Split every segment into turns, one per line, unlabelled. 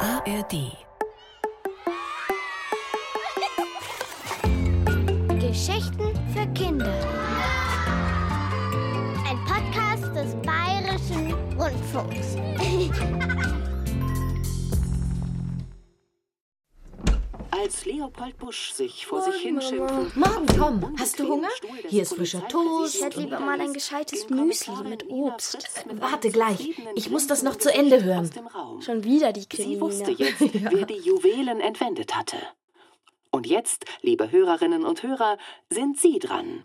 ARD.
Geschichten für Kinder. Ein Podcast des Bayerischen Rundfunks.
Als Leopold Busch sich vor sich hinschimpfend.
Morgen, Tom, hast du Hunger? Hier ist frischer Toast.
Ich
hätte lieber mal ein gescheites Müsli mit Obst.
Warte gleich, ich muss das noch zu Ende hören.
Schon wieder die
Sie wusste
Kriminelle.
jetzt, wer die Juwelen entwendet hatte. Und jetzt, liebe Hörerinnen und Hörer, sind Sie dran.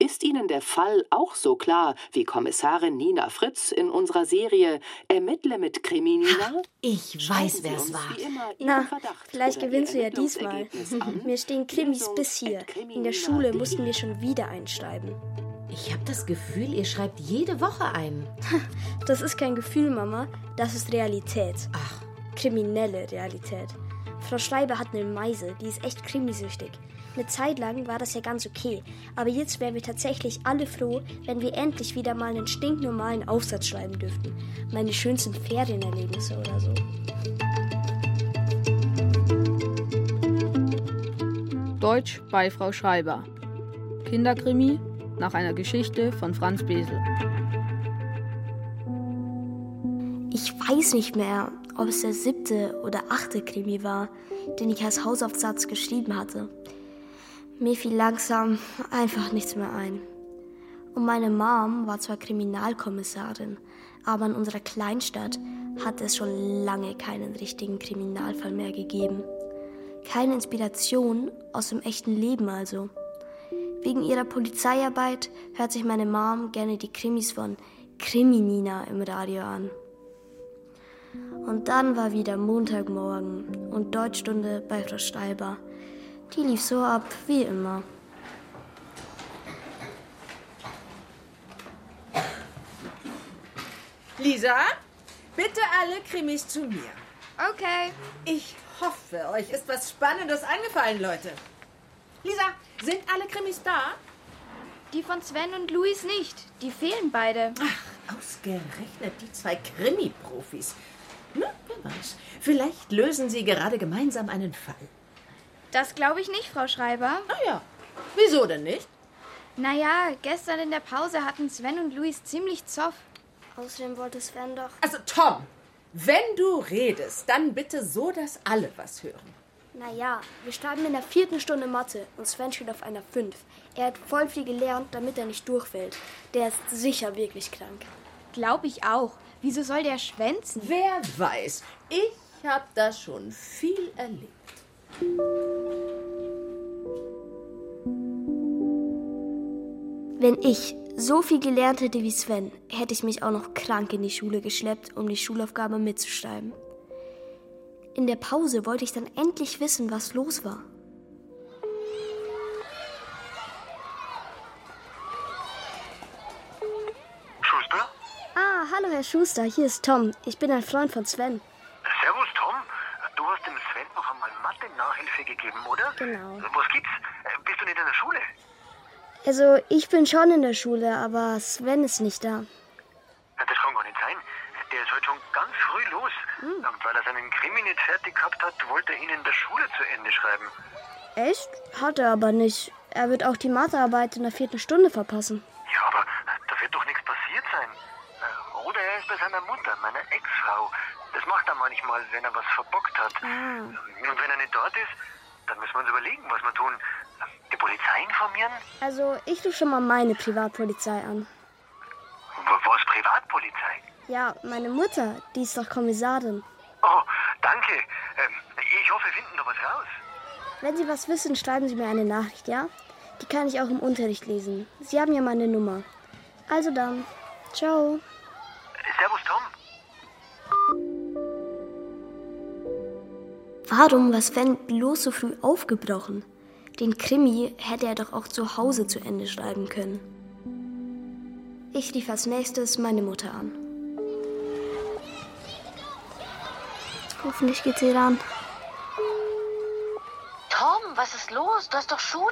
Ist Ihnen der Fall auch so klar wie Kommissarin Nina Fritz in unserer Serie Ermittle mit Kriminina?
Ich weiß, wer es war.
Na, vielleicht gewinnst du ja diesmal. Mir stehen Krimis bis hier. In der Schule mussten wir schon wieder einschreiben.
Ich habe das Gefühl, ihr schreibt jede Woche ein.
Das ist kein Gefühl, Mama. Das ist Realität.
Ach,
Kriminelle Realität. Frau Schreiber hat eine Meise, die ist echt krimisüchtig. Eine Zeit lang war das ja ganz okay, aber jetzt wären wir tatsächlich alle froh, wenn wir endlich wieder mal einen stinknormalen Aufsatz schreiben dürften. Meine schönsten Ferienerlebnisse oder so.
Deutsch bei Frau Schreiber. Kinderkrimi nach einer Geschichte von Franz Besel.
Ich weiß nicht mehr, ob es der siebte oder achte Krimi war, den ich als Hausaufsatz geschrieben hatte. Mir fiel langsam einfach nichts mehr ein. Und meine Mom war zwar Kriminalkommissarin, aber in unserer Kleinstadt hat es schon lange keinen richtigen Kriminalfall mehr gegeben. Keine Inspiration aus dem echten Leben also. Wegen ihrer Polizeiarbeit hört sich meine Mom gerne die Krimis von Kriminina im Radio an. Und dann war wieder Montagmorgen und Deutschstunde bei Frau Steiber. Die lief so ab wie immer.
Lisa, bitte alle Krimis zu mir.
Okay.
Ich hoffe, euch ist was Spannendes eingefallen, Leute. Lisa, sind alle Krimis da?
Die von Sven und Luis nicht. Die fehlen beide.
Ausgerechnet die zwei Krimi-Profis. Na, wer weiß. Vielleicht lösen sie gerade gemeinsam einen Fall.
Das glaube ich nicht, Frau Schreiber.
Ah ja, wieso denn nicht?
Naja, gestern in der Pause hatten Sven und Luis ziemlich Zoff.
Außerdem wollte Sven doch.
Also, Tom, wenn du redest, dann bitte so, dass alle was hören.
Naja, wir starten in der vierten Stunde Mathe und Sven steht auf einer 5. Er hat voll viel gelernt, damit er nicht durchfällt. Der ist sicher wirklich krank.
Glaube ich auch. Wieso soll der schwänzen?
Wer weiß, ich habe da schon viel erlebt.
Wenn ich so viel gelernt hätte wie Sven, hätte ich mich auch noch krank in die Schule geschleppt, um die Schulaufgabe mitzuschreiben. In der Pause wollte ich dann endlich wissen, was los war.
Schuster?
Ah, hallo Herr Schuster, hier ist Tom. Ich bin ein Freund von Sven.
Servus, Tom. Du hast dem Sven noch einmal Mathe-Nachhilfe gegeben, oder?
Genau.
Was gibt's? Äh, Bist du nicht in der Schule?
Also, ich bin schon in der Schule, aber Sven ist nicht da.
Ja, Das kann gar nicht sein. Der ist heute schon ganz früh los. Und weil er seinen Krimi nicht fertig gehabt hat, wollte er ihn in der Schule zu Ende schreiben.
Echt? Hat er aber nicht. Er wird auch die Mathearbeit in der vierten Stunde verpassen.
Ja, aber da wird doch nichts passiert sein. Äh, Oder er ist bei seiner Mutter, meiner Ex-Frau. Das macht er manchmal, wenn er was verbockt hat. Äh, Und wenn er nicht dort ist, dann müssen wir uns überlegen, was wir tun. Äh, Die Polizei informieren?
Also, ich rufe schon mal meine Privatpolizei an.
W- Was, Privatpolizei?
Ja, meine Mutter, die ist doch Kommissarin.
Oh, danke. Ähm, ich hoffe, wir finden da was raus.
Wenn Sie was wissen, schreiben Sie mir eine Nachricht, ja? Die kann ich auch im Unterricht lesen. Sie haben ja meine Nummer. Also dann, ciao.
Servus, Tom.
Warum war Sven bloß so früh aufgebrochen? Den Krimi hätte er doch auch zu Hause zu Ende schreiben können. Ich rief als nächstes meine Mutter an. Hoffentlich geht sie ran.
Tom, was ist los? Du hast doch Schule.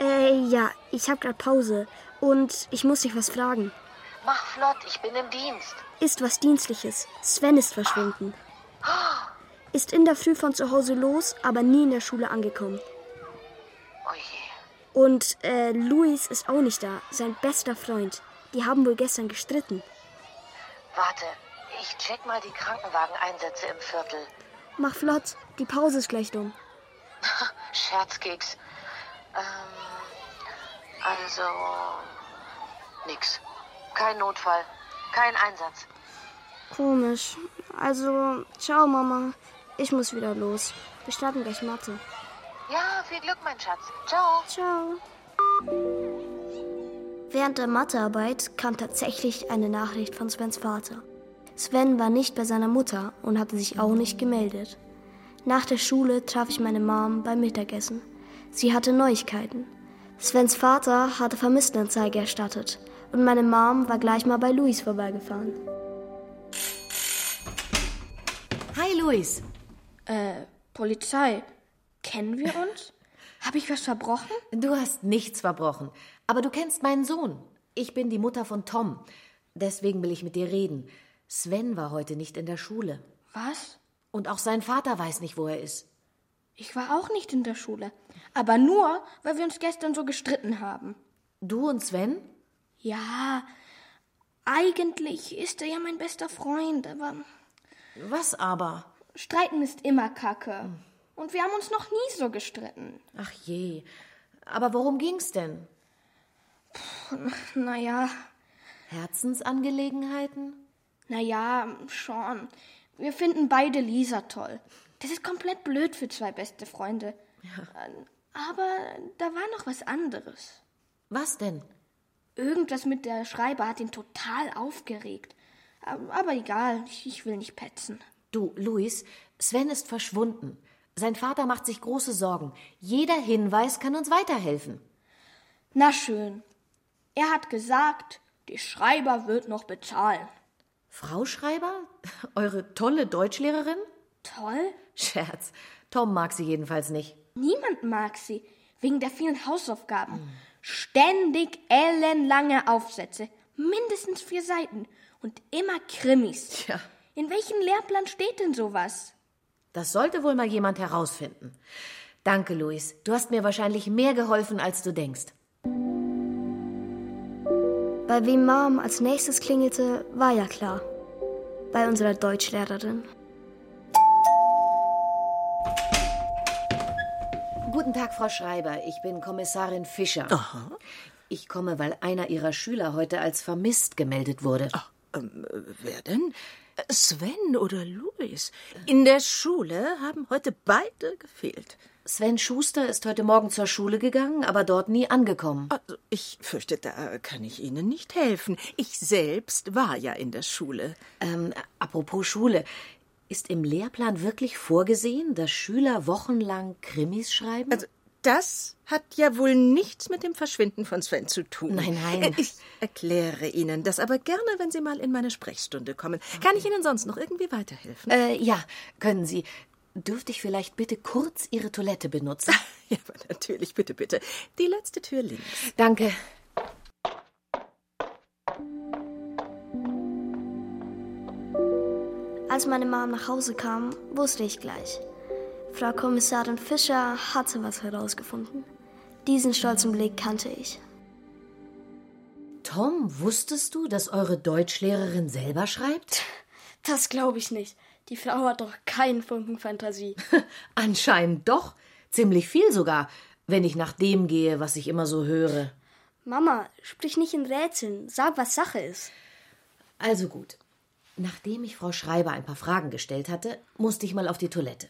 Äh, ja, ich habe gerade Pause und ich muss dich was fragen.
Mach flott, ich bin im Dienst.
Ist was Dienstliches. Sven ist verschwunden. Ist in der Früh von zu Hause los, aber nie in der Schule angekommen.
Oh je.
Und äh, Luis ist auch nicht da, sein bester Freund. Die haben wohl gestern gestritten.
Warte, ich check mal die Krankenwageneinsätze im Viertel.
Mach flott, die Pause ist gleich dumm.
Scherzkeks. Ähm, also. Nix. Kein Notfall. Kein Einsatz.
Komisch. Also, ciao Mama. Ich muss wieder los. Wir starten gleich Mathe.
Ja, viel Glück, mein Schatz. Ciao.
Ciao. Während der Mathearbeit kam tatsächlich eine Nachricht von Svens Vater. Sven war nicht bei seiner Mutter und hatte sich auch nicht gemeldet. Nach der Schule traf ich meine Mom beim Mittagessen. Sie hatte Neuigkeiten. Svens Vater hatte Vermisstenanzeige erstattet und meine Mom war gleich mal bei Luis vorbeigefahren.
Hi, Luis.
Äh, Polizei. Kennen wir uns? Habe ich was verbrochen?
Du hast nichts verbrochen, aber du kennst meinen Sohn. Ich bin die Mutter von Tom. Deswegen will ich mit dir reden. Sven war heute nicht in der Schule.
Was?
Und auch sein Vater weiß nicht, wo er ist.
Ich war auch nicht in der Schule. Aber nur, weil wir uns gestern so gestritten haben.
Du und Sven?
Ja, eigentlich ist er ja mein bester Freund, aber
Was aber?
streiten ist immer Kacke. Und wir haben uns noch nie so gestritten.
Ach je. Aber worum ging's denn?
Naja,
Herzensangelegenheiten?
naja, schon. Wir finden beide Lisa toll. Das ist komplett blöd für zwei beste Freunde. Ähm, Aber da war noch was anderes.
Was denn?
Irgendwas mit der Schreiber hat ihn total aufgeregt. Ähm, Aber egal, ich- ich will nicht petzen.
Du, Luis, Sven ist verschwunden. Sein Vater macht sich große Sorgen. Jeder Hinweis kann uns weiterhelfen.
Na schön. Er hat gesagt, die Schreiber wird noch bezahlen.
Frau Schreiber? Eure tolle Deutschlehrerin?
Toll?
Scherz. Tom mag sie jedenfalls nicht.
Niemand mag sie, wegen der vielen Hausaufgaben. Ständig ellenlange Aufsätze, mindestens vier Seiten und immer Krimis.
Tja.
In welchem Lehrplan steht denn sowas?
Das sollte wohl mal jemand herausfinden. Danke, Luis. Du hast mir wahrscheinlich mehr geholfen, als du denkst.
Bei wem Mom als nächstes klingelte, war ja klar. Bei unserer Deutschlehrerin.
Guten Tag, Frau Schreiber. Ich bin Kommissarin Fischer. Aha. Ich komme, weil einer Ihrer Schüler heute als vermisst gemeldet wurde.
Ähm, äh, wer denn? Äh, Sven oder Luis? In der Schule haben heute beide gefehlt.
Sven Schuster ist heute Morgen zur Schule gegangen, aber dort nie angekommen.
Also, ich fürchte, da kann ich Ihnen nicht helfen. Ich selbst war ja in der Schule.
Ähm, apropos Schule. Ist im Lehrplan wirklich vorgesehen, dass Schüler wochenlang Krimis schreiben?
Also, das hat ja wohl nichts mit dem Verschwinden von Sven zu tun.
Nein, nein.
Äh, Ich erkläre Ihnen das aber gerne, wenn Sie mal in meine Sprechstunde kommen. Kann ich Ihnen sonst noch irgendwie weiterhelfen?
Äh, ja, können Sie. Dürfte ich vielleicht bitte kurz Ihre Toilette benutzen?
Ja, aber natürlich, bitte, bitte. Die letzte Tür links.
Danke.
Als meine Mom nach Hause kam, wusste ich gleich. Frau Kommissarin Fischer hatte was herausgefunden. Diesen stolzen Blick kannte ich.
Tom, wusstest du, dass eure Deutschlehrerin selber schreibt?
Das glaube ich nicht. Die Frau hat doch keinen Funken Fantasie.
Anscheinend doch. Ziemlich viel sogar, wenn ich nach dem gehe, was ich immer so höre.
Mama, sprich nicht in Rätseln. Sag, was Sache ist.
Also gut. Nachdem ich Frau Schreiber ein paar Fragen gestellt hatte, musste ich mal auf die Toilette.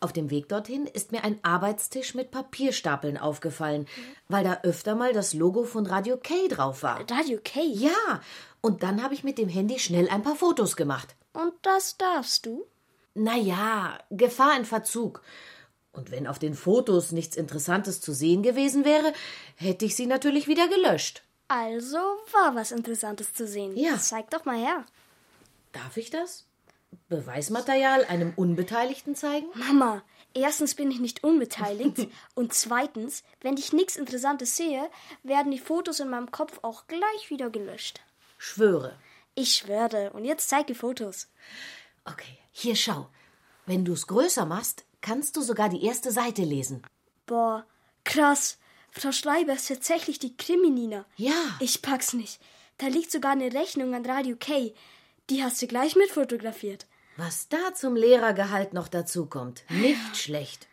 Auf dem Weg dorthin ist mir ein Arbeitstisch mit Papierstapeln aufgefallen, weil da öfter mal das Logo von Radio K drauf war.
Radio K?
Ja, und dann habe ich mit dem Handy schnell ein paar Fotos gemacht.
Und das darfst du?
Na ja, Gefahr in Verzug. Und wenn auf den Fotos nichts Interessantes zu sehen gewesen wäre, hätte ich sie natürlich wieder gelöscht.
Also war was Interessantes zu sehen.
Ja.
Zeig doch mal her.
Darf ich das? Beweismaterial einem Unbeteiligten zeigen?
Mama, erstens bin ich nicht unbeteiligt. und zweitens, wenn ich nichts Interessantes sehe, werden die Fotos in meinem Kopf auch gleich wieder gelöscht.
Schwöre.
Ich schwöre. Und jetzt zeig die Fotos.
Okay, hier schau.
Wenn du es größer machst, kannst du sogar die erste Seite lesen.
Boah, krass. Frau Schreiber ist tatsächlich die Kriminina.
Ja.
Ich pack's nicht. Da liegt sogar eine Rechnung an Radio K. Die hast du gleich mit fotografiert.
Was da zum Lehrergehalt noch dazukommt. Nicht schlecht.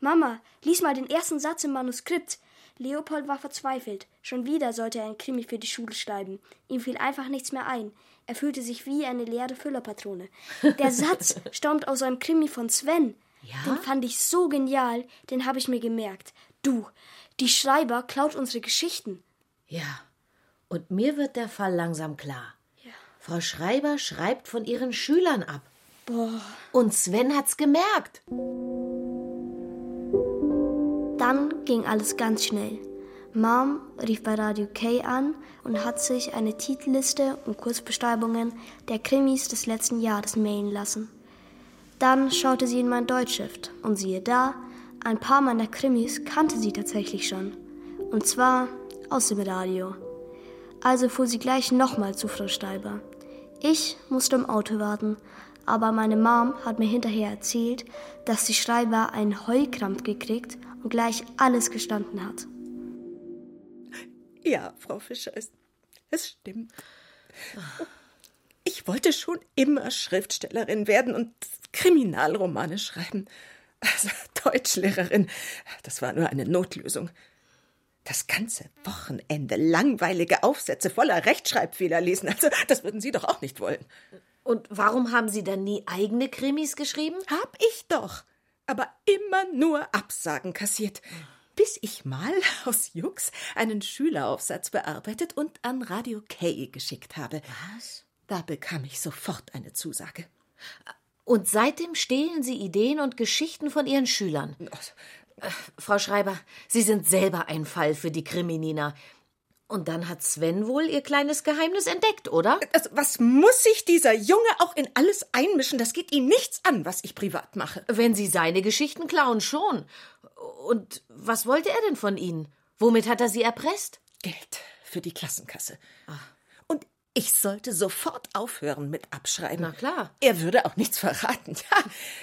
Mama, lies mal den ersten Satz im Manuskript. Leopold war verzweifelt. Schon wieder sollte er ein Krimi für die Schule schreiben. Ihm fiel einfach nichts mehr ein. Er fühlte sich wie eine leere Füllerpatrone. Der Satz stammt aus einem Krimi von Sven.
Ja?
Den fand ich so genial, den habe ich mir gemerkt. Du, die Schreiber klaut unsere Geschichten.
Ja. Und mir wird der Fall langsam klar. Frau Schreiber schreibt von ihren Schülern ab.
Boah.
Und Sven hat's gemerkt.
Dann ging alles ganz schnell. Mom rief bei Radio K an und hat sich eine Titelliste und Kurzbeschreibungen der Krimis des letzten Jahres mailen lassen. Dann schaute sie in mein Deutschheft und siehe da, ein paar meiner Krimis kannte sie tatsächlich schon. Und zwar aus dem Radio. Also fuhr sie gleich nochmal zu Frau Steiber. Ich musste im Auto warten, aber meine Mom hat mir hinterher erzählt, dass die Schreiber einen Heulkrampf gekriegt und gleich alles gestanden hat.
Ja, Frau Fischer, es, es stimmt. Ich wollte schon immer Schriftstellerin werden und Kriminalromane schreiben. Also Deutschlehrerin, das war nur eine Notlösung. Das ganze Wochenende langweilige Aufsätze voller Rechtschreibfehler lesen, also das würden Sie doch auch nicht wollen.
Und warum haben Sie dann nie eigene Krimis geschrieben?
Hab ich doch. Aber immer nur Absagen kassiert. Bis ich mal aus Jux einen Schüleraufsatz bearbeitet und an Radio K geschickt habe.
Was?
Da bekam ich sofort eine Zusage.
Und seitdem stehlen Sie Ideen und Geschichten von Ihren Schülern. Äh, Frau Schreiber, Sie sind selber ein Fall für die Kriminina. Und dann hat Sven wohl Ihr kleines Geheimnis entdeckt, oder?
Also, was muss sich dieser Junge auch in alles einmischen? Das geht ihn nichts an, was ich privat mache.
Wenn Sie seine Geschichten klauen, schon. Und was wollte er denn von Ihnen? Womit hat er Sie erpresst?
Geld für die Klassenkasse. Und ich sollte sofort aufhören mit Abschreiben.
Na klar.
Er würde auch nichts verraten. Ja,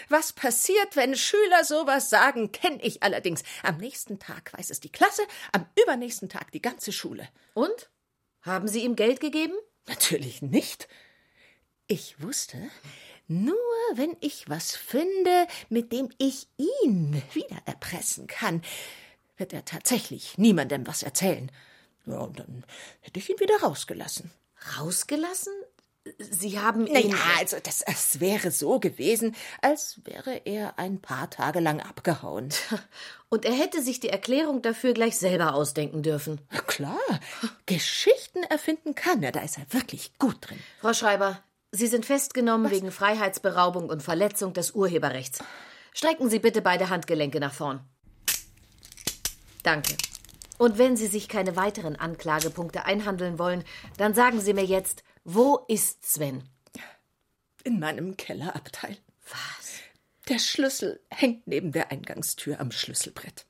was passiert, wenn Schüler sowas sagen, kenne ich allerdings. Am nächsten Tag weiß es die Klasse, am übernächsten Tag die ganze Schule.
Und? Haben Sie ihm Geld gegeben?
Natürlich nicht. Ich wusste, nur wenn ich was finde, mit dem ich ihn wieder erpressen kann, wird er tatsächlich niemandem was erzählen. Ja, und dann hätte ich ihn wieder rausgelassen.
Rausgelassen? Sie haben ihn.
Naja, also das, es wäre so gewesen, als wäre er ein paar Tage lang abgehauen.
Und er hätte sich die Erklärung dafür gleich selber ausdenken dürfen.
Na klar, Geschichten erfinden kann er, da ist er wirklich gut drin.
Frau Schreiber, Sie sind festgenommen wegen Freiheitsberaubung und Verletzung des Urheberrechts. Strecken Sie bitte beide Handgelenke nach vorn. Danke. Und wenn Sie sich keine weiteren Anklagepunkte einhandeln wollen, dann sagen Sie mir jetzt, wo ist Sven?
In meinem Kellerabteil.
Was?
Der Schlüssel hängt neben der Eingangstür am Schlüsselbrett.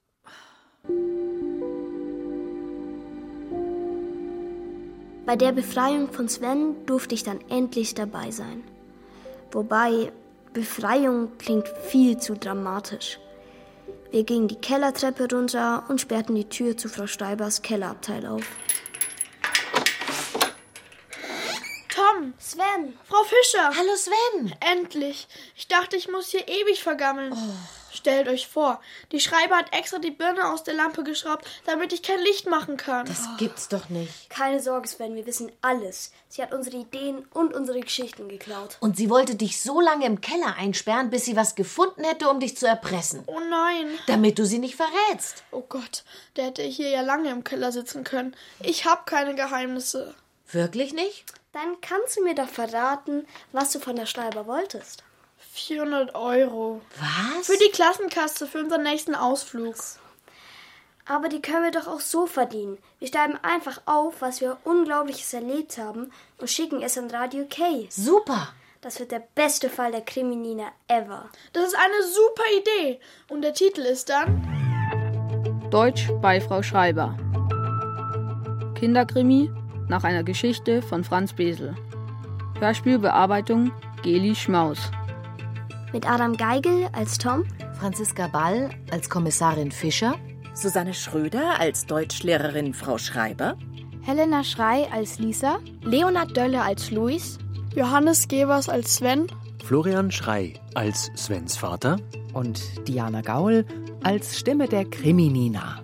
Bei der Befreiung von Sven durfte ich dann endlich dabei sein. Wobei Befreiung klingt viel zu dramatisch. Wir gingen die Kellertreppe runter und sperrten die Tür zu Frau Steibers Kellerabteil auf.
Tom,
Sven,
Frau Fischer,
Hallo Sven!
endlich. Ich dachte, ich muss hier ewig vergammeln. Stellt euch vor, die Schreiber hat extra die Birne aus der Lampe geschraubt, damit ich kein Licht machen kann.
Das gibt's doch nicht.
Keine Sorge, Sven, wir wissen alles. Sie hat unsere Ideen und unsere Geschichten geklaut.
Und sie wollte dich so lange im Keller einsperren, bis sie was gefunden hätte, um dich zu erpressen.
oh nein.
Damit du sie nicht verrätst.
Oh Gott, der hätte hier ja lange im Keller sitzen können. Ich hab keine Geheimnisse.
Wirklich nicht?
Dann kannst du mir doch verraten, was du von der Schreiber wolltest.
400 Euro.
Was?
Für die Klassenkasse, für unseren nächsten Ausflug.
Aber die können wir doch auch so verdienen. Wir schreiben einfach auf, was wir Unglaubliches erlebt haben und schicken es an Radio K.
Super!
Das wird der beste Fall der Kriminina ever.
Das ist eine super Idee. Und der Titel ist dann
Deutsch bei Frau Schreiber. Kinderkrimi nach einer Geschichte von Franz Besel. Hörspielbearbeitung Geli Schmaus.
Mit Adam Geigel als Tom,
Franziska Ball als Kommissarin Fischer,
Susanne Schröder als Deutschlehrerin Frau Schreiber,
Helena Schrei als Lisa,
Leonard Dölle als Luis,
Johannes Gebers als Sven,
Florian Schrei als Svens Vater
und Diana Gaul als Stimme der Kriminina.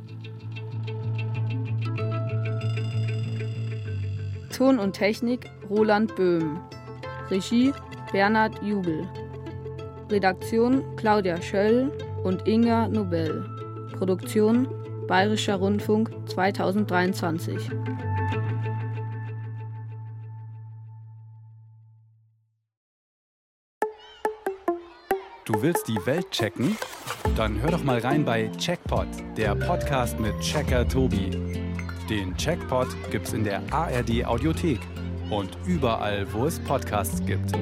Ton und Technik Roland Böhm. Regie Bernhard Jubel. Redaktion Claudia Schöll und Inga Nobel. Produktion Bayerischer Rundfunk 2023.
Du willst die Welt checken? Dann hör doch mal rein bei Checkpot, der Podcast mit Checker Tobi. Den Checkpot gibt's in der ARD Audiothek und überall, wo es Podcasts gibt.